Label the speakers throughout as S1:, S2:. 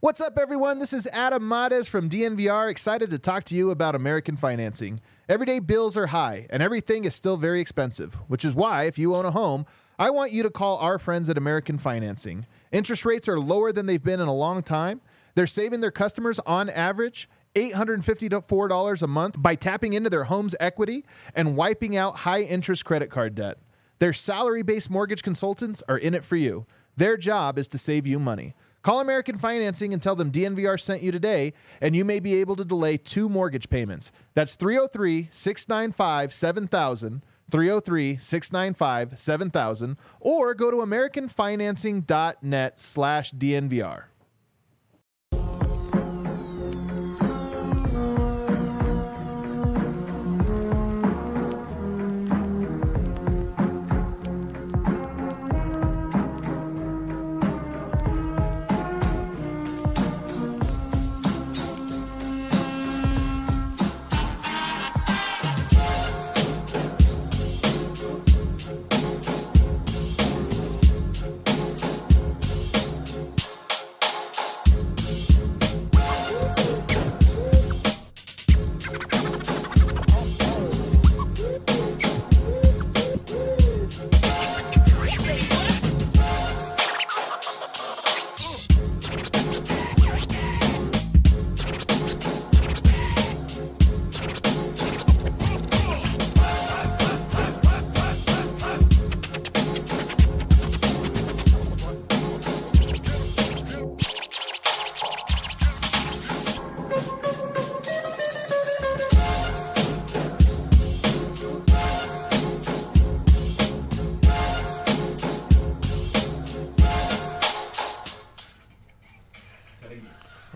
S1: What's up, everyone? This is Adam Mades from DNVR, excited to talk to you about American financing. Everyday bills are high, and everything is still very expensive, which is why, if you own a home, I want you to call our friends at American Financing. Interest rates are lower than they've been in a long time. They're saving their customers on average $854 a month by tapping into their home's equity and wiping out high interest credit card debt. Their salary based mortgage consultants are in it for you. Their job is to save you money. Call American Financing and tell them DNVR sent you today, and you may be able to delay two mortgage payments. That's 303 695 7000. 303 695 7000 or go to americanfinancing.net slash dnvr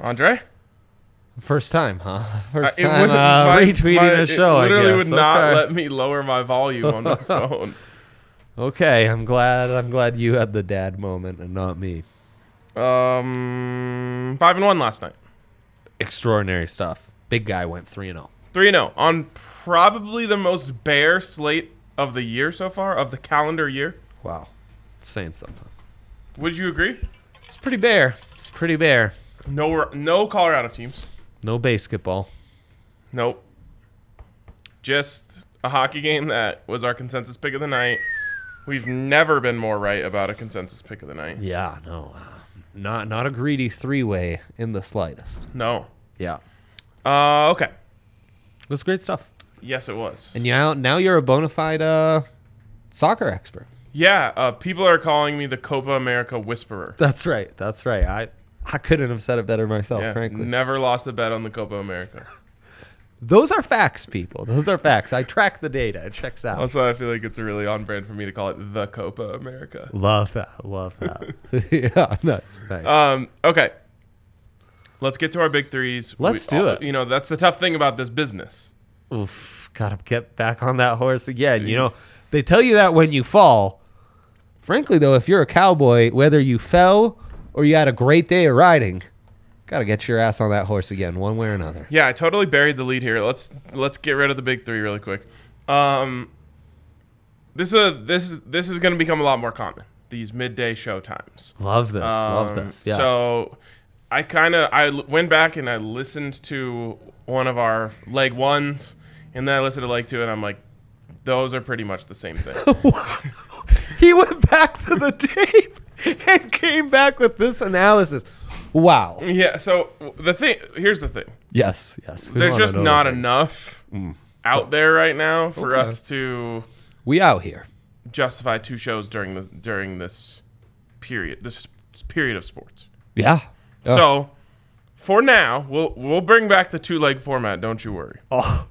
S2: Andre?
S3: First time, huh? First
S2: It
S3: time
S2: wouldn't-
S3: uh,
S2: my-
S3: retweeting
S2: my-
S3: a show.
S2: It literally
S3: I guess.
S2: would not
S3: okay.
S2: let me lower my volume on my phone.
S3: Okay, I'm glad. I'm glad you had the dad moment and not me.
S2: Um, five and one last night.
S3: Extraordinary stuff. Big guy went three and oh. zero.
S2: Three and zero on probably the most bare slate of the year so far of the calendar year.
S3: Wow, it's saying something.
S2: Would you agree?
S3: It's pretty bare. It's pretty bare.
S2: No, no Colorado teams.
S3: No basketball.
S2: Nope. Just a hockey game that was our consensus pick of the night. We've never been more right about a consensus pick of the night.
S3: Yeah, no, uh, not not a greedy three way in the slightest.
S2: No.
S3: Yeah,
S2: Uh, okay.
S3: that's great stuff.
S2: Yes, it was.
S3: And now now you're a bona fide uh, soccer expert.
S2: yeah, uh, people are calling me the Copa America Whisperer.
S3: That's right. That's right. I I couldn't have said it better myself,
S2: Yeah,
S3: frankly.
S2: never lost a bet on the Copa America.
S3: Those are facts, people. Those are facts. I track the data. It checks out.
S2: That's why I feel like it's really on brand for me to call it the Copa America.
S3: Love that. Love that. yeah, nice. Nice.
S2: Um, okay. Let's get to our big threes.
S3: Let's do it.
S2: You know, that's the tough thing about this business.
S3: Oof. Gotta get back on that horse again. You know, they tell you that when you fall. Frankly, though, if you're a cowboy, whether you fell or you had a great day of riding, gotta get your ass on that horse again, one way or another.
S2: Yeah, I totally buried the lead here. Let's let's get rid of the big three really quick. Um, this is a, this is this is going to become a lot more common. These midday show times.
S3: Love this. love
S2: Um,
S3: this. Yes.
S2: So I kind of I l- went back and I listened to one of our leg ones, and then I listened to leg two, and I'm like, those are pretty much the same thing.
S3: he went back to the tape and came back with this analysis. Wow.
S2: yeah. So w- the thing here's the thing.
S3: Yes. Yes. We
S2: There's
S3: wanna
S2: just
S3: know
S2: not
S3: that.
S2: enough out there right now for
S3: Okay.
S2: us to
S3: We out here.
S2: justify two shows during the during this period. This s- period of sports.
S3: Yeah. Oh.
S2: So. For now, we'll we'll bring back the two leg format. Don't you worry.
S3: Oh.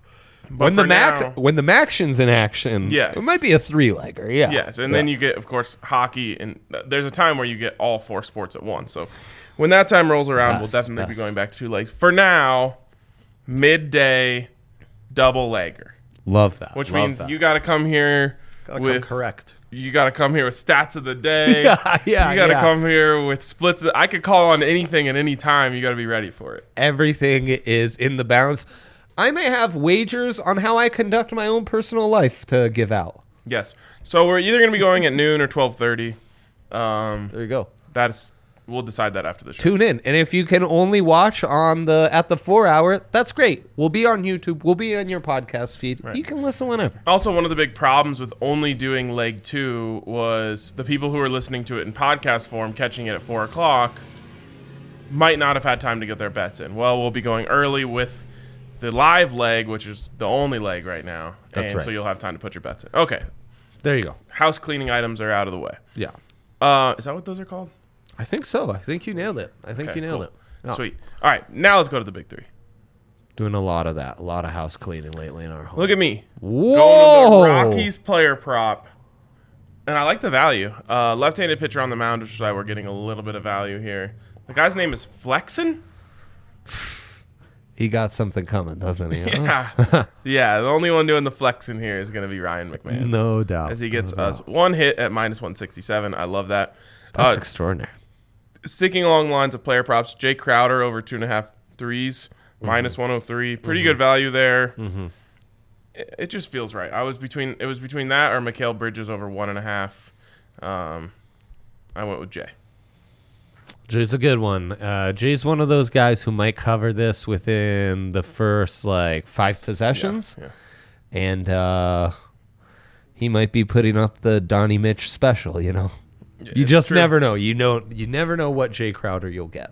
S2: But
S3: when the
S2: for
S3: mac
S2: now-
S3: when the maction's in action,
S2: Yes.
S3: it might be a three legger. Yeah.
S2: Yes, and then you get, of course, hockey, and th- there's a time where you get all four sports at once. So when that time rolls around,
S3: Best,
S2: we'll definitely
S3: best.
S2: be going back to two legs. For now, midday double legger,
S3: love that.
S2: which
S3: love
S2: means
S3: that.
S2: you got to come here
S3: Gotta come
S2: with
S3: correct.
S2: You got to come here with stats of the day.
S3: Yeah, yeah,
S2: You got to
S3: yeah.
S2: come here with splits. I could call on anything at any time. You got to be ready for it.
S3: Everything is in the balance. I may have wagers on how I conduct my own personal life to give out.
S2: Yes. So we're either going to be going at noon or twelve thirty. Um,
S3: There you go.
S2: that's we'll decide that after the show.
S3: tune in. And if you can only watch on the at the four hour, that's great. We'll be on YouTube. We'll be on your podcast feed. You can listen whenever.
S2: Also, one of the big problems with only doing leg two was the people who were listening to it in podcast form, catching it at four o'clock, might not have had time to get their bets in. Well, we'll be going early with the live leg, which is the only leg right now.
S3: That's
S2: and
S3: right.
S2: So you'll have time to put your bets in. Okay.
S3: There you go.
S2: House cleaning items are out of the way.
S3: Yeah,
S2: Uh, is that what those are called?
S3: I think so. I think you nailed it. I think
S2: Okay,
S3: you nailed
S2: cool.
S3: it. No,
S2: Sweet. All right. Now let's go to the big three.
S3: Doing a lot of that. A lot of house cleaning lately in our home.
S2: Look at me. Going
S3: Whoa.
S2: to the Rockies player prop. And I like the value. Uh, left-handed pitcher on the mound, which is why we're getting a little bit of value here. The guy's name is Flexen.
S3: He got something coming, doesn't he? Huh?
S2: Yeah. yeah, the only one doing the flexing here is going to be Ryan McMahon.
S3: No doubt.
S2: As he gets
S3: No doubt.
S2: us one hit at minus 167. I love that.
S3: That's
S2: Uh,
S3: extraordinary.
S2: sticking along lines of player props, Jay Crowder over two and a half threes,
S3: Mm-hmm.
S2: minus 103. Pretty good value there. It, it just feels right. I was between it was between that or Mikhail Bridges over one and a half. Um, I went with Jay.
S3: Jay's a good one. Uh, Jay's one of those guys who might cover this within the first like five possessions,
S2: yeah.
S3: and uh, he might be putting up the Donnie Mitch special. You know, you
S2: it's
S3: just
S2: true.
S3: never know. You know, you never know what Jay Crowder you'll get.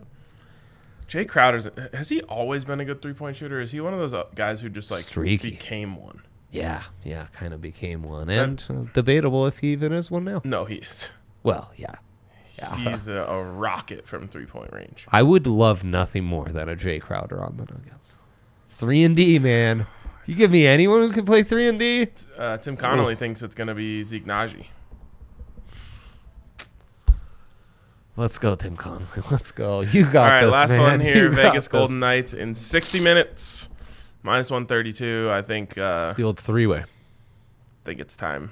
S2: Jay Crowder's has he always been a good three point shooter? Is he one of those uh, guys who just like
S3: Streaky.
S2: became one?
S3: Yeah, yeah, kind of became one, and uh, debatable if he even is one now.
S2: No, he is.
S3: Well, yeah, yeah.
S2: He's a, a rocket from three point range.
S3: I would love nothing more than a Jay Crowder on the Nuggets. Three and D, man. You give me anyone who can play three and D.
S2: Uh, Tim Connolly thinks it's going to be Zeke Naji.
S3: Let's go, Tim Conley. Let's go. You got
S2: All right,
S3: this,
S2: last
S3: man.
S2: one here.
S3: You got
S2: Vegas
S3: this.
S2: Golden Knights in 60 minutes, minus 132. I think uh,
S3: It's the old three-way.
S2: think it's time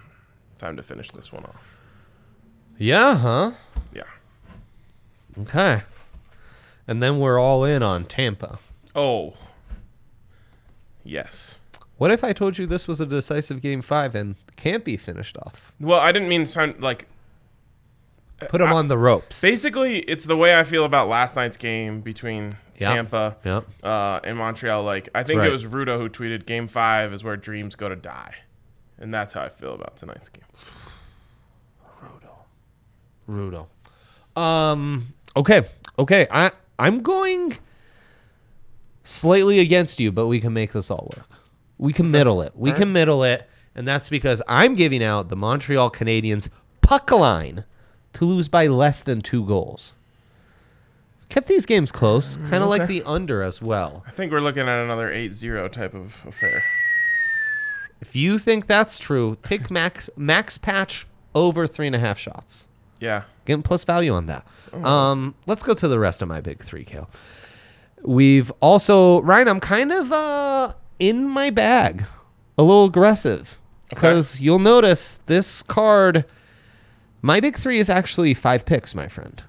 S2: time to finish this one off.
S3: Yeah, huh?
S2: Yeah.
S3: Okay. And then we're all in on Tampa.
S2: Oh. Yes.
S3: What if I told you this was a decisive game five and can't be finished off?
S2: Well, I didn't mean to sound like
S3: Put
S2: Uh,
S3: them on the ropes.
S2: basically it's the way I feel about last night's game between
S3: Yeah.
S2: Tampa
S3: Yep.
S2: uh, and Montreal. Like I think
S3: right.
S2: it was Rudo who tweeted, "Game five is where dreams go to die," and that's how I feel about tonight's game.
S3: Rudo. Um. Okay. Okay. I I'm going slightly against you, but we can make this all work. We can middle it. We can middle it, and that's because I'm giving out the Montreal Canadiens puck line to lose by less than two goals. Kept these games close, kind of like the under as well.
S2: I think we're looking at another 8-0 type of affair.
S3: If you think that's true, take max max patch over three and a half shots.
S2: Yeah.
S3: Getting plus value on that. Um, let's go to the rest of my big three, Kale. We've also Ryan. I'm kind of uh, in my bag, a little aggressive, because you'll notice this card. My big three is actually five picks, my friend.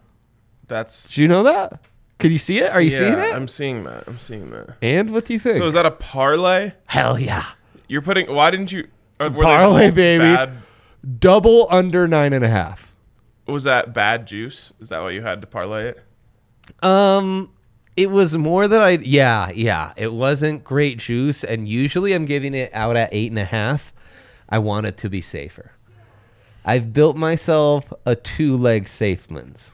S2: That's
S3: Do you know that? Can you see it? Are you
S2: yeah,
S3: seeing it?
S2: I'm seeing that. I'm seeing that.
S3: and what do you think?
S2: So is that a parlay?
S3: Hell yeah!
S2: You're putting. Why didn't you?
S3: a
S2: uh, were they
S3: parlay,
S2: both
S3: baby.
S2: bad-
S3: Double under nine and a half.
S2: was that bad juice? Is that why you had to parlay it?
S3: Um, it was more that I yeah yeah it wasn't great juice, and usually I'm giving it out at eight and a half. I want it to be safer. I've built myself a two leg safemans.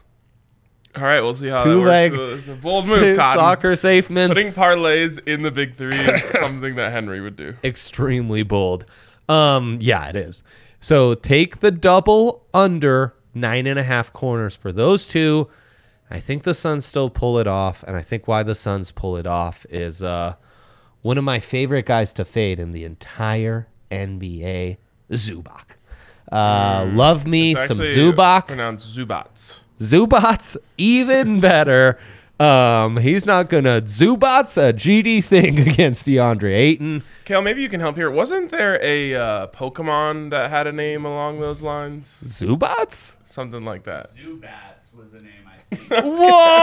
S2: All right, we'll see how
S3: Two
S2: that
S3: leg
S2: works. It's a bold move, Cotton.
S3: Soccer safemans.
S2: Putting parlays in the big three is something that Henry would do.
S3: Extremely bold. Um, yeah, it is. So take the double under nine and a half corners for those two. I think the Suns still pull it off, and I think why the Suns pull it off is uh, one of my favorite guys to fade in the entire NBA, Zubac. Uh, love me
S2: Mm. It's
S3: some
S2: actually
S3: Zubac.
S2: Pronounced Zubats.
S3: Zubats even better. Um, he's not gonna Zubats a GD thing against DeAndre Ayton.
S2: Kale, maybe you can help here. Wasn't there a uh, Pokemon that had a name along those lines?
S3: Zubats?
S2: Something like that.
S4: Zubats was the name, I think.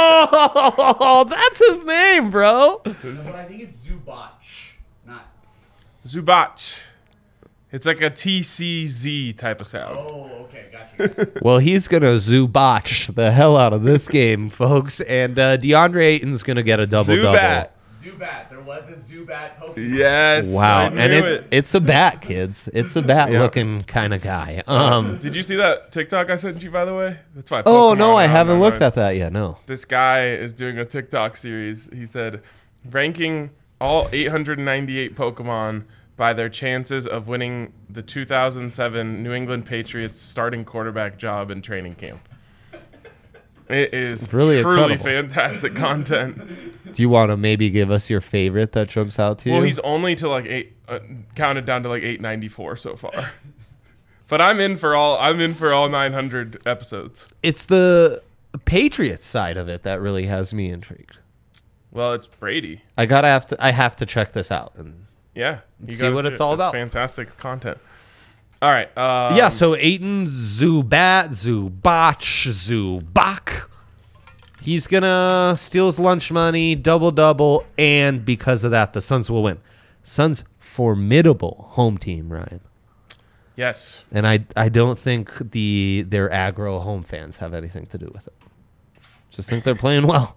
S3: Whoa, that's his name, bro.
S4: but I think it's Zubach, not.
S2: Zubach. It's like a TCZ type of sound.
S4: Oh, okay, gotcha.
S3: Well, he's going to zubotch the hell out of this game, folks. And uh, DeAndre Ayton's going to get a double double.
S2: Zubat.
S4: Zubat. There was a Zubat Pokemon.
S2: Yes.
S3: Wow.
S2: I
S3: And
S2: knew
S3: it,
S2: it.
S3: it's a bat, kids. It's a bat looking kind of guy. Um,
S2: Did you see that TikTok I sent you, by the way? That's why.
S3: oh,
S2: Pokemon
S3: no, I
S2: are on
S3: haven't
S2: my
S3: looked
S2: mind.
S3: at that yet. No.
S2: This guy is doing a TikTok series. He said, ranking all 898 Pokemon by their chances of winning the 2007 New England Patriots starting quarterback job in training camp. It is
S3: really
S2: truly
S3: incredible.
S2: fantastic content.
S3: Do you want to maybe give us your favorite that jumps out to you?
S2: Well, he's only to like eight, uh, counted down to like eight ninety four so far. but I'm in for all. I'm in for all nine hundred episodes.
S3: it's the Patriots side of it that really has me intrigued.
S2: Well, it's Brady.
S3: I gotta have to. I have to check this out. And
S2: Yeah, you
S3: See
S2: gotta
S3: what it's all about.
S2: Fantastic content. All right. Uh,
S3: yeah, so Aiton Zubat Zubach Zubak. He's gonna steal his lunch money, double double, and because of that, the Suns will win. Suns formidable home team, Ryan.
S2: Yes.
S3: And I I don't think the their aggro home fans have anything to do with it. Just think they're playing well.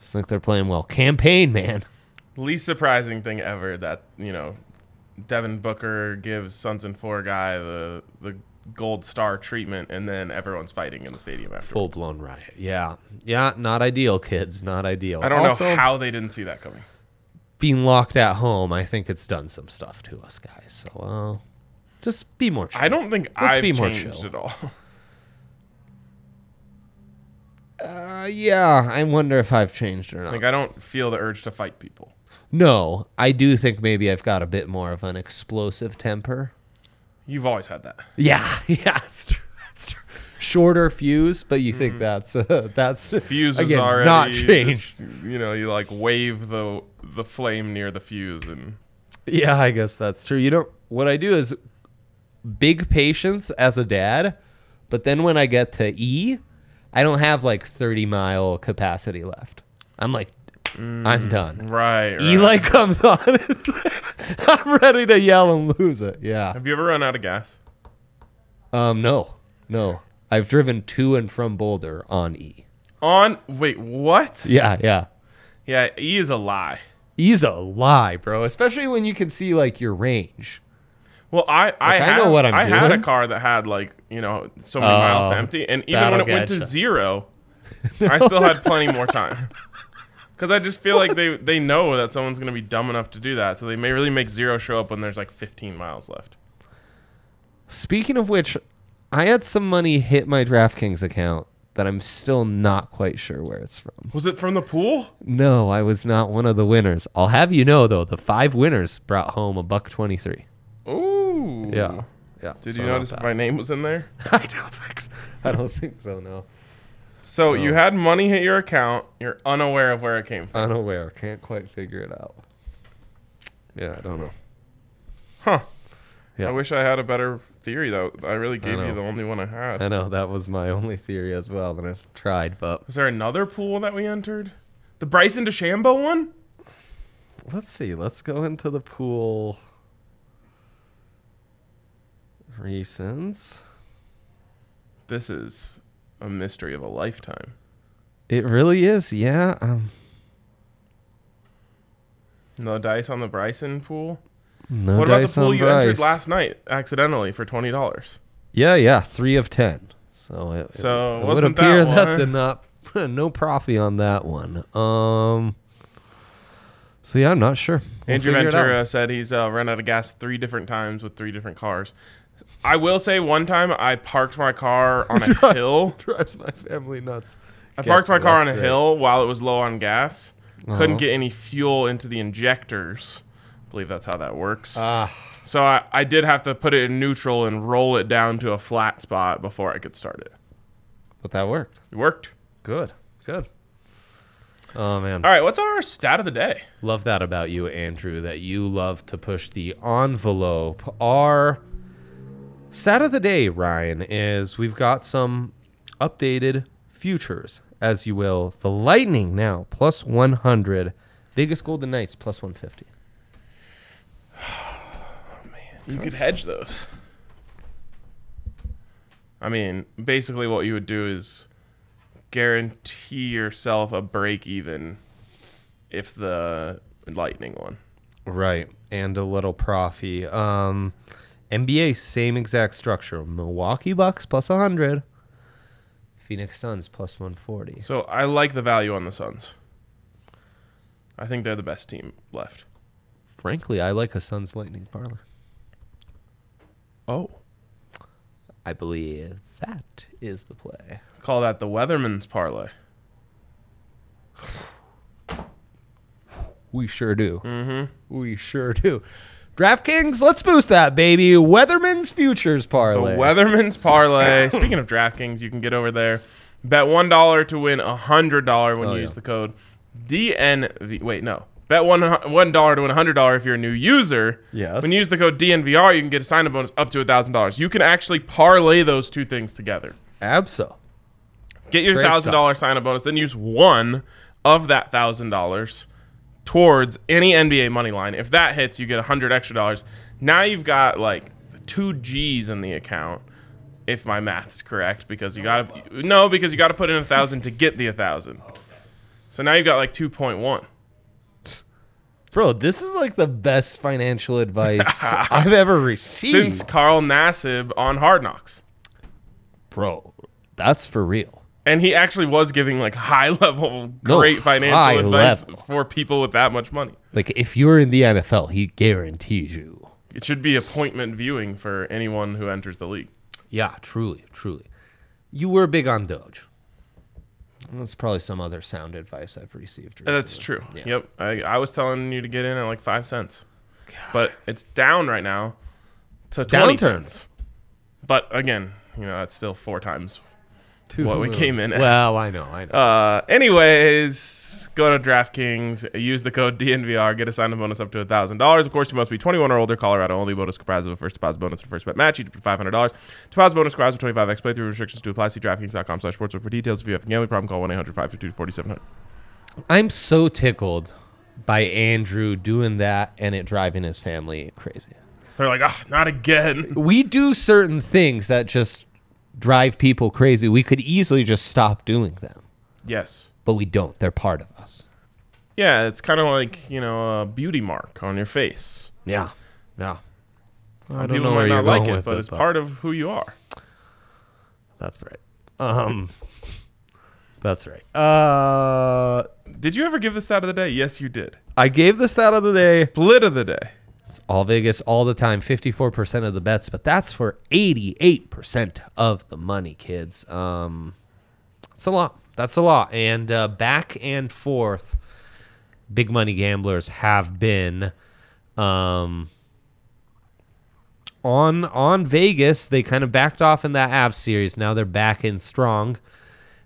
S3: Just think they're playing well. Campaign, man.
S2: Least surprising thing ever that you know, Devin Booker gives Sons and Four guy the the gold star treatment, and then everyone's fighting in the stadium after.
S3: Full blown riot. Yeah. Yeah, not ideal, kids. Not ideal.
S2: I don't
S3: Also,
S2: know how they didn't see that coming.
S3: being locked at home, I think it's done some stuff to us guys. So uh, just be more chill.
S2: I don't think
S3: Let's
S2: I've
S3: be more
S2: changed
S3: chill.
S2: at all.
S3: Uh, yeah, I wonder if I've changed or not.
S2: Like I don't feel the urge to fight people.
S3: no, I do think maybe I've got a bit more of an explosive temper.
S2: You've always had that.
S3: Yeah, yeah, it's true. It's true. Shorter fuse, but you think that's uh, that's
S2: Fuse was
S3: again
S2: already
S3: not changed.
S2: just, you know, you like wave the the flame near the fuse, and
S3: Yeah, I guess that's true. You don't. What I do is big patience as a dad, but then when I get to E, I don't have like 30 mile capacity left. I'm like, I'm done.
S2: right. right.
S3: E light comes on. it's like, I'm ready to yell and lose it. Yeah.
S2: Have you ever run out of gas?
S3: Um. No. No. I've driven to and from Boulder on E.
S2: On wait, what?
S3: Yeah. Yeah.
S2: Yeah, E is a lie.
S3: E's a lie, bro. Especially when you can see like your range.
S2: Well, I I,
S3: I
S2: had,
S3: know what I'm
S2: I had a
S3: doing.
S2: car that had like you know so many
S3: Oh,
S2: miles to empty, and even
S3: that'll
S2: when it went to
S3: getcha.
S2: zero, I still had plenty more time. Because I just feel like they they know that someone's gonna be dumb enough to do that, so they may really make zero show up when there's like 15 miles left.
S3: Speaking of which, I had some money hit my DraftKings account that I'm still not quite sure where it's from.
S2: Was it from the pool?
S3: No, I was not one of the winners. I'll have you know though, the five winners brought home a buck twenty three.
S2: Ooh.
S3: Yeah. Yeah.
S2: Did
S3: so
S2: you
S3: not
S2: notice if
S3: bad.
S2: my name was in there?
S3: I don't think so. I don't think so, no.
S2: So you had money hit your account. You're unaware of where it came from.
S3: Unaware. Can't quite figure it out. Yeah, I don't know.
S2: Huh.
S3: Yeah.
S2: I wish I had a better theory though. I really gave
S3: know.
S2: you the only one I had.
S3: I know that was my only theory as well, and I've tried, but
S2: Was there another pool that we entered? The Bryson DeChambeau one?
S3: let's see. Let's go into the pool. Recents.
S2: This is a mystery of a lifetime.
S3: It really is, yeah. Um,
S2: No dice on the Bryson pool.
S3: no
S2: what about the
S3: dice
S2: pool
S3: on
S2: you
S3: Bryce.
S2: entered last night accidentally for twenty dollars?
S3: Yeah, yeah, three of ten. So it, it-
S2: So
S3: it, would
S2: wasn't that
S3: appear that,
S2: one.
S3: did not no profit on that one. Um. So yeah, I'm not sure. We'll
S2: Andrew
S3: figure it out.
S2: Ventura said he's uh, run out of gas three different times with three different cars. I will say one time I parked my car on a hill.
S3: drives my family nuts.
S2: I parked my car on a
S3: That's great.
S2: hill while it was low on gas.
S3: Uh-huh.
S2: Couldn't get any fuel into the injectors. I believe that's how that works.
S3: Ah,
S2: so I, I did have to put it in neutral and roll it down to a flat spot before I could start it.
S3: but that worked.
S2: It worked.
S3: Good, good. Oh man,
S2: All right, what's our stat of the day?
S3: love that about you, Andrew. That you love to push the envelope. Our Stat of the day, Ryan, is we've got some updated futures, as you will. The Lightning now plus 100, Vegas Golden Knights plus 150. Oh, man.
S2: You could hedge those. I mean, basically, what you would do is guarantee yourself a break even if the lightning one.
S3: Right. And a little profit. Um, NBA, same exact structure. Milwaukee Bucks plus 100. Phoenix Suns plus 140.
S2: So I like the value on the Suns. I think they're the best team left.
S3: Frankly, I like a Suns Lightning parlor.
S2: Oh.
S3: I believe that is the play.
S2: Call that the Weatherman's parlay.
S3: We sure do. Mm-hmm. We sure do. DraftKings, let's boost that, baby. Weatherman's Futures
S2: The
S3: Parlay.
S2: Weatherman's parlay. Speaking of DraftKings, you can get over there. Bet one dollar to win a hundred dollar when
S3: Oh,
S2: you
S3: yeah.
S2: use the code DNV. Wait, no. Bet one one dollar to win a hundred dollar if you're a new user.
S3: Yes.
S2: When you use the code DNVR, you can get a sign up bonus up to a thousand dollars. You can actually parlay those two things together.
S3: Abso.
S2: Get your
S3: great stuff.
S2: thousand dollar sign up bonus, then use one of that thousand dollars towards any NBA money line. If that hits, you get a hundred extra dollars. Now you've got like two G's in the account, if my math's correct, because you got to no, because you got to put in a thousand to get the a thousand. So now you've got like two point one.
S3: Bro, this is like the best financial advice I've ever received.
S2: Since Carl Nassib on Hard Knocks,
S3: Bro, that's for real.
S2: and he actually was giving like high level,
S3: No,
S2: great
S3: high
S2: financial advice
S3: level.
S2: for people with that much money.
S3: Like, if you're in the NFL, he guarantees you.
S2: It should be appointment viewing for anyone who enters the league.
S3: Yeah, truly, truly. You were big on Doge. That's probably some other sound advice I've received. Recently.
S2: That's true.
S3: Yeah.
S2: Yep. I, I was telling you to get in at like five cents, but it's down right now to twenty
S3: Downturn.
S2: cents. But again, you know that's still four times what we came in at.
S3: Well, I know, I know.
S2: Uh, anyways, go to DraftKings, use the code DNVR, get a sign-up bonus up to $1,000. Of course, you must be 21 or older, Colorado only. Bonus comprised of a first deposit bonus and first bet match, each up to $500. Deposit bonus requires a 25x playthrough restrictions to apply. See DraftKings.com slash sportsbook for details. If you have a gambling problem, call 1-800-522-4700.
S3: I'm so tickled by Andrew doing that and it driving his family crazy.
S2: They're like, ah, not again.
S3: We do certain things that just drive people crazy. We could easily just stop doing them,
S2: Yes.
S3: but we don't. They're part of us.
S2: Yeah, it's kind of like, you know, a beauty mark on your face.
S3: Yeah. Yeah. I
S2: Some
S3: don't
S2: people
S3: know
S2: might
S3: where you're
S2: not like
S3: going
S2: it,
S3: with
S2: but
S3: it,
S2: it's
S3: but-
S2: part of who you are.
S3: That's right. Um That's right. Uh
S2: Did you ever give the stat of the day? Yes, you did.
S3: I gave the stat of the day.
S2: Split of the day.
S3: It's all Vegas all the time, 54% of the bets, but that's for 88% of the money, kids. Um, it's a lot. That's a lot. And uh, back and forth, big money gamblers have been um, on on Vegas. They kind of backed off in that Av series. Now they're back in strong.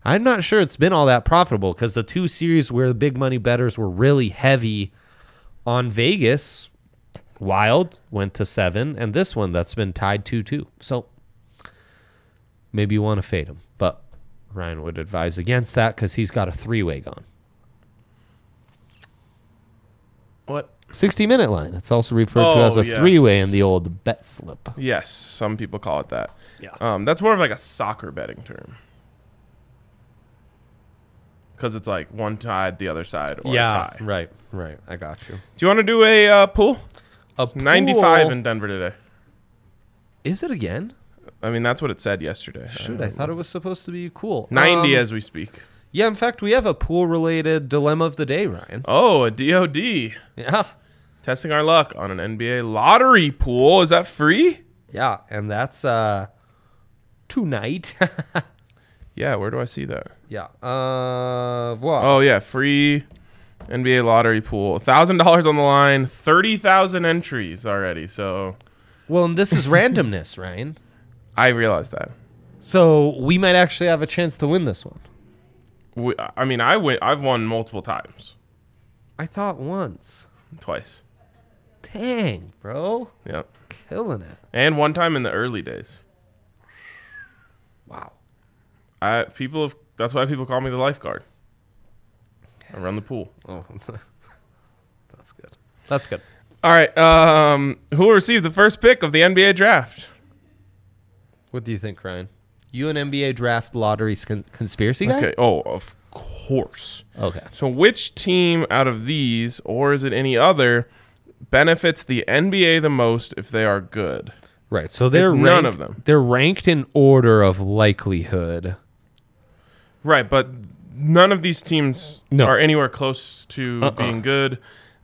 S3: I'm not sure it's been all that profitable because the two series where the big money betters were really heavy on Vegas Wild went to seven, and this one that's been tied two two. So maybe you want to fade him, but Ryan would advise against that because he's got a three way gone.
S2: What?
S3: Sixty minute line. It's also referred to
S2: Oh,
S3: as a
S2: yes.
S3: three way in the old bet slip.
S2: Yes, some people call it that.
S3: Yeah.
S2: Um, that's more of like a soccer betting term. Because it's like one side, the other side, or a tie.
S3: right, right. I got you.
S2: Do you want to do a uh, pool?
S3: A
S2: 95
S3: pool-
S2: in Denver today.
S3: is it again?
S2: I mean, that's what it said yesterday.
S3: Shoot, I thought it was supposed to be cool.
S2: 90
S3: Um,
S2: as we speak.
S3: yeah. In fact, we have a pool related dilemma of the day, Ryan.
S2: Oh, a DOD.
S3: Yeah,
S2: Testing our luck on an NBA lottery pool. Is that free?
S3: yeah, and that's uh tonight.
S2: Yeah, where do I see that?
S3: yeah. Uh, voila.
S2: Oh yeah, free NBA lottery pool. Thousand dollars on the line. Thirty thousand entries already. So
S3: Well, and this is randomness, Ryan.
S2: I realized that.
S3: So we might actually have a chance to win this one.
S2: We, I mean, I win. I've won multiple times.
S3: I thought once.
S2: Twice.
S3: Dang, bro.
S2: Yeah.
S3: Killing it.
S2: And one time in the early days.
S3: Wow.
S2: I people. Have, that's why people call me the lifeguard. I run the pool.
S3: Oh. That's good. That's good.
S2: All right. Um, who will receive the first pick of the NBA draft?
S3: What do you think, Ryan? You an NBA draft lottery con- conspiracy guy?
S2: Okay. Oh, of course.
S3: Okay.
S2: So, which team out of these, or is it any other, benefits the NBA the most if they are good?
S3: Right. So they're
S2: It's
S3: ranked,
S2: none of them.
S3: They're ranked in order of likelihood.
S2: Right, but none of these teams
S3: No. Uh-uh.
S2: are anywhere close to being good.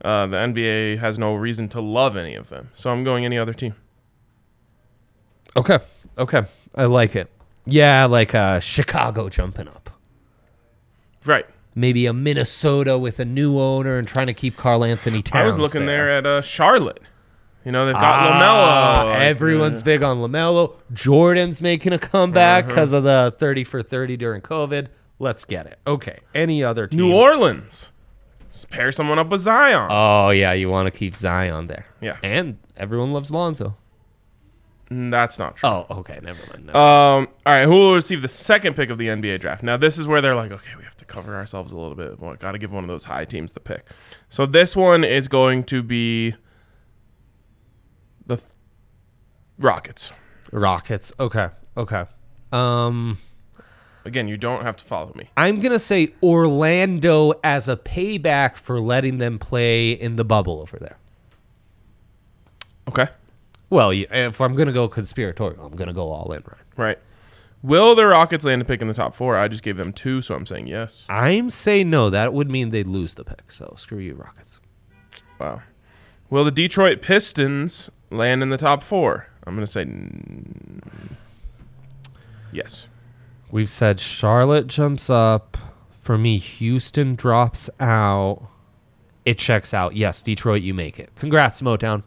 S2: Uh, the NBA has no reason to love any of them, so I'm going any other team.
S3: Okay. Okay. I like it. Yeah, like uh, Chicago jumping up.
S2: Right.
S3: Maybe a Minnesota with a new owner and trying to keep Carl Anthony Towns.
S2: I was looking there, at uh, Charlotte. You know they've got
S3: Ah,
S2: Lamelo. uh,
S3: Everyone's big on Lamelo. Jordan's making a comeback
S2: Uh-huh.
S3: because of the thirty for thirty during COVID. Let's get it. Okay. Any other team?
S2: New Orleans. Just pair someone up with Zion.
S3: Oh yeah, you want to keep Zion there.
S2: Yeah.
S3: And everyone loves Lonzo.
S2: Mm, That's not true.
S3: Oh, okay. Never mind. No.
S2: Um, all right, who will receive the second pick of the NBA draft? Now, this is where they're like, okay, we have to cover ourselves a little bit. Well, got to give one of those high teams the pick. So this one is going to be the th- Rockets.
S3: Rockets. Okay. Okay. Um,
S2: Again, you don't have to follow me.
S3: I'm gonna say Orlando as a payback for letting them play in the bubble over there.
S2: Okay,
S3: Well, y- if I'm gonna go conspiratorial, I'm gonna go all in, right?
S2: right. Will the Rockets land a pick in the top four? I just gave them two, so I'm saying yes.
S3: I'm saying no. That would mean they'd lose the pick. So screw you, Rockets.
S2: Wow. Will the Detroit Pistons land in the top four? I'm going to say n- yes.
S3: We've said Charlotte jumps up. For me, Houston drops out. It checks out. Yes, Detroit, you make it. Congrats, Motown.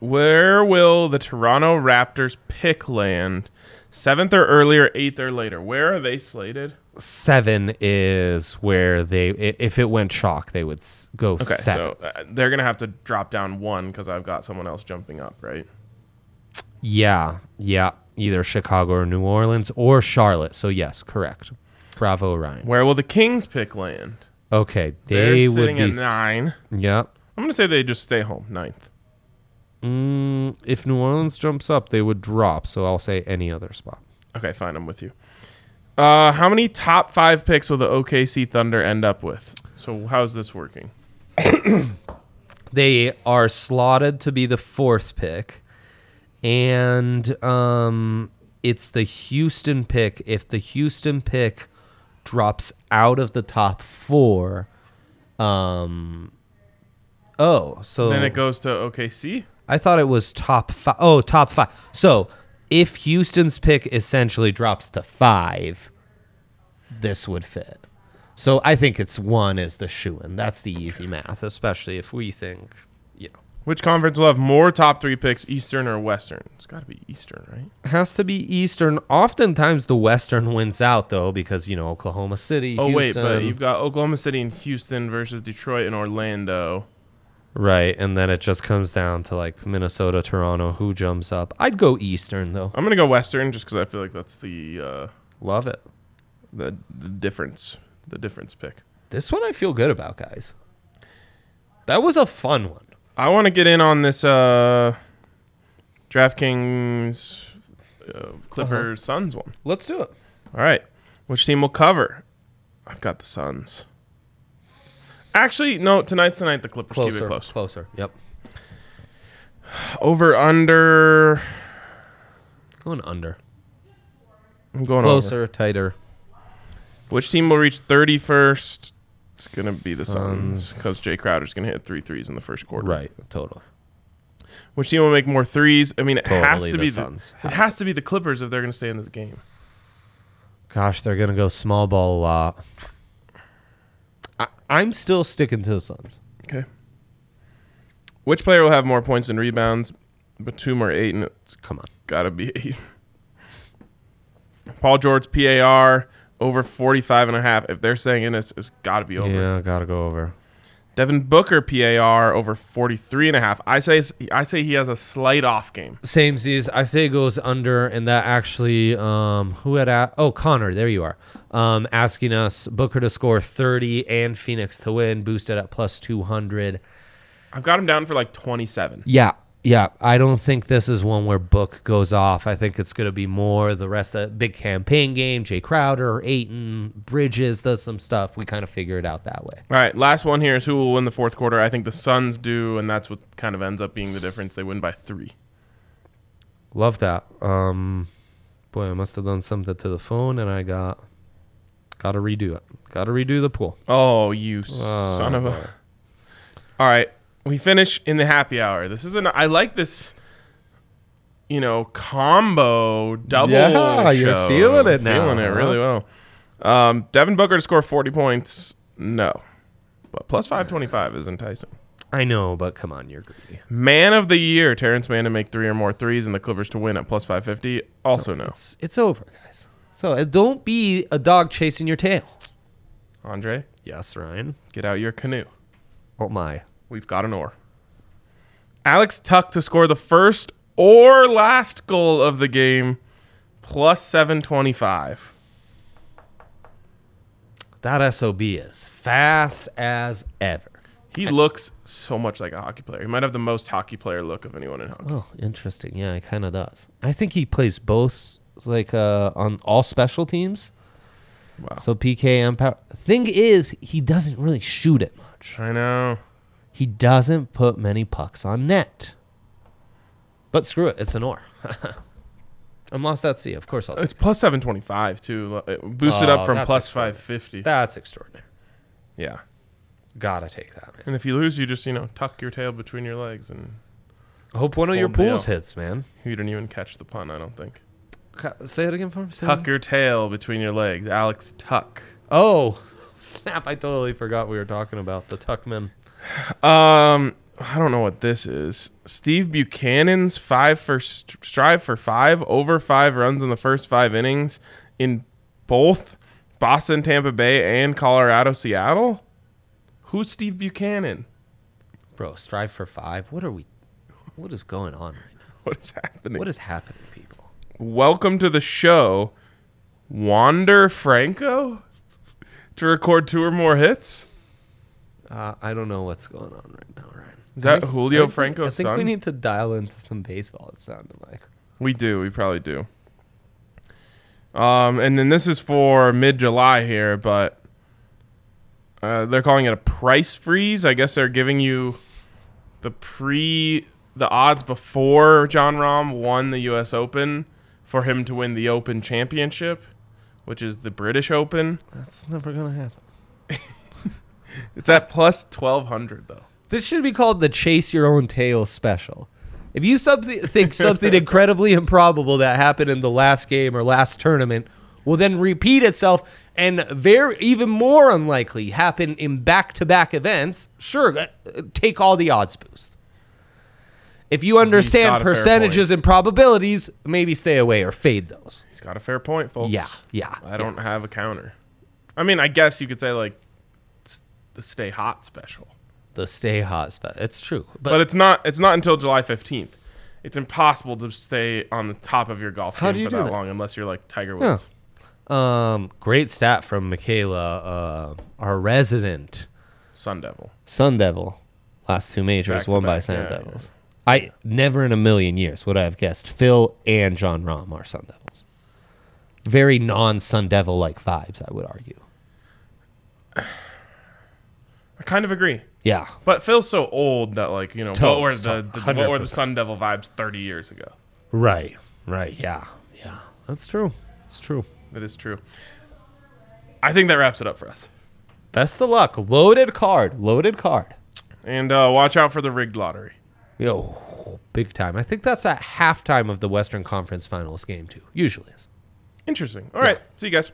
S2: Where will the Toronto Raptors pick land? Seventh or earlier, eighth or later. Where are they slated?
S3: Seven is where they. i- If it went chalk, they would s- go
S2: Okay,
S3: seven.
S2: so uh, they're gonna have to drop down one because I've got someone else jumping up, right?
S3: Yeah, yeah. Either Chicago or New Orleans or Charlotte. So yes, correct. Bravo, Ryan.
S2: Where will the Kings pick land?
S3: Okay,
S2: They're
S3: they would
S2: sitting
S3: be.
S2: at
S3: s-
S2: nine.
S3: Yep.
S2: I'm gonna say they just stay home ninth.
S3: Mm, if New Orleans jumps up, they would drop. So I'll say any other spot.
S2: Okay, fine. I'm with you. Uh, how many top five picks will the OKC Thunder end up with? So how's this working?
S3: They are slotted to be the fourth pick, and um, it's the Houston pick. If the Houston pick drops out of the top four, um, oh, so
S2: Then it goes to OKC.
S3: I thought it was top five. Oh, top five. So if Houston's pick essentially drops to five, this would fit. So I think it's one is the shoe in. That's the easy math, especially if we think, you know,
S2: Which conference will have more top three picks, Eastern or Western? It's got to be Eastern, right?
S3: has to be Eastern. Oftentimes the Western wins out though, because you know Oklahoma City.
S2: Oh wait, but
S3: Houston.
S2: you've got Oklahoma City and Houston versus Detroit and Orlando.
S3: right, and then it just comes down to like Minnesota, Toronto, who jumps up. I'd go Eastern though.
S2: I'm gonna go Western just because I feel like that's the uh,
S3: Love it.
S2: the the difference the difference pick.
S3: This one I feel good about, guys. That was a fun one.
S2: I want to get in on this uh, DraftKings uh, Clippers
S3: Uh-huh.
S2: Suns one.
S3: Let's do it.
S2: All right, which team will cover? I've got the Suns. Actually, no. Tonight's tonight. The Clippers keep it close.
S3: closer. Yep.
S2: Over under.
S3: Going under.
S2: I'm going over.
S3: Closer, tighter.
S2: Which team will reach 31st? It's going to be the Suns because Jay Crowder's going to hit three threes in the first quarter.
S3: Total.
S2: Which team will make more threes? I mean, it has
S3: Totally
S2: to
S3: the
S2: be
S3: Suns.
S2: The, it has to be the Clippers if they're going to stay in this game.
S3: Gosh, they're gonna go small ball a lot. I, I'm still sticking to the Suns.
S2: Okay. Which player will have more points and rebounds? Batum or Aiton? It's
S3: Come on.
S2: got to be Aiton. Paul George PAR over 45 and a half. If they're saying it, it's, it's got to be over.
S3: Yeah, gotta go over.
S2: Devin Booker PAR over 43 and a half. I say I say he has a slight off game.
S3: Same seas. I say it goes under, and that actually, um, who had a- oh Connor, there you are, um, asking us Booker to score 30 and Phoenix to win, boosted at plus 200.
S2: I've got him down for like 27.
S3: Yeah, yeah. I don't think this is one where Book goes off. I think it's going to be more the rest of big campaign game. Jay Crowder, Aiton, Bridges does some stuff. We kind of figure it out that way.
S2: All right, last one here is who will win the fourth quarter. I think the Suns do, and that's what kind of ends up being the difference. They win by three.
S3: Love that. Um, boy, I must have done something to the phone, and I got got to redo it. Got to redo the pool.
S2: Oh, you son of a! All right, we finish in the happy hour. This is an I like this, you know, combo double.
S3: Yeah, you're
S2: show.
S3: feeling it
S2: I'm
S3: now,
S2: Feeling it
S3: huh?
S2: really well. Um, Devin Booker to score 40 points. No, but plus 525 is enticing.
S3: I know, but come on, you're greedy.
S2: Man of the year, Terrence Mann to make three or more threes, and the Clippers to win at plus 550. Also no.
S3: It's it's over, guys. So uh, don't be a dog chasing your tail.
S2: Andre,
S3: Yes, Ryan.
S2: get out your canoe.
S3: Oh my.
S2: We've got an or. Alex Tuck to score the first or last goal of the game, plus 725.
S3: That SOB is fast as ever.
S2: He looks so much like a hockey player. He might have the most hockey player look of anyone in hockey.
S3: Oh, interesting. Yeah, it kind of does. I think he plays both, like uh, on all special teams.
S2: Wow.
S3: So PK and power. Thing is, he doesn't really shoot it much.
S2: I know.
S3: He doesn't put many pucks on net. But screw it, it's an or. I'm lost at sea. Of course I'll. Take.
S2: It's plus 725, too. It boosted
S3: Oh,
S2: up from
S3: that's
S2: plus
S3: extraordinary.
S2: 550.
S3: That's extraordinary.
S2: yeah.
S3: Gotta take that. Man.
S2: And if you lose, you just, you know, tuck your tail between your legs and
S3: Hope one of your
S2: Hold me
S3: pools
S2: up.
S3: hits, man.
S2: you didn't even catch the pun, I don't think.
S3: Ca- Say it again for me. say it again.
S2: Tuck your tail between your legs. Alex Tuck.
S3: Oh, snap! I totally forgot we were talking about the Tuckman.
S2: Um, I don't know what this is. Steve Buchanan's five for st- strive for five over five runs in the first five innings in both Boston, Tampa Bay, and Colorado, Seattle. Who's Steve Buchanan?
S3: Bro, strive for five. What are we? What is going on right now?
S2: What is happening?
S3: What is happening, people?
S2: Welcome to the show, Wander Franco, to record two or more hits.
S3: Uh, I don't know what's going on right now, Ryan.
S2: Is that Julio Franco's
S3: I think
S2: son?
S3: we need to dial into some baseball. It sounded like.
S2: We do. We probably do. Um, and then this is for mid July here, but uh, they're calling it a price freeze. I guess they're giving you the pre the odds before John Rahm won the U.S. Open for him to win the Open Championship, which is the British Open.
S3: That's never gonna happen.
S2: It's at plus twelve hundred though.
S3: This should be called the chase your own tail special. If you something, think something incredibly improbable that happened in the last game or last tournament will then repeat itself and very even more unlikely happen in back-to-back events, sure, uh, take all the odds boost. If you
S2: got
S3: understand
S2: a fair
S3: percentages and probabilities, maybe stay away or fade those.
S2: He's got a fair point, folks.
S3: Yeah, yeah.
S2: I don't have a counter. I mean, I guess you could say like s- the Stay Hot special.
S3: The stay hot stuff. It's true. But,
S2: but it's not it's not until July 15th. It's impossible to stay on the top of your golf
S3: How
S2: game
S3: do you
S2: for
S3: do
S2: that,
S3: that?
S2: long unless you're like Tiger Woods.
S3: um great stat from Michaela, uh, our resident
S2: Sun Devil.
S3: Sun Devil, last two majors
S2: Back to
S3: won by
S2: back,
S3: Sun
S2: yeah,
S3: Devils. I never in a million years would I have guessed Phil and John Rahm are Sun Devils. Very non Sun Devil like vibes, I would argue.
S2: I kind of agree.
S3: Yeah,
S2: But Phil's so old that like, you know, what were
S3: Toast,
S2: the, the what were the
S3: 100%.
S2: Sun Devil vibes 30 years ago?
S3: right, right, yeah, yeah. That's true. It's true.
S2: That is true. I think that wraps it up for us.
S3: Best of luck. Loaded card. Loaded card.
S2: And uh, watch out for the rigged lottery.
S3: Yo, big time. I think that's at halftime of the Western Conference Finals game too. Usually is.
S2: Interesting. All right. See you guys.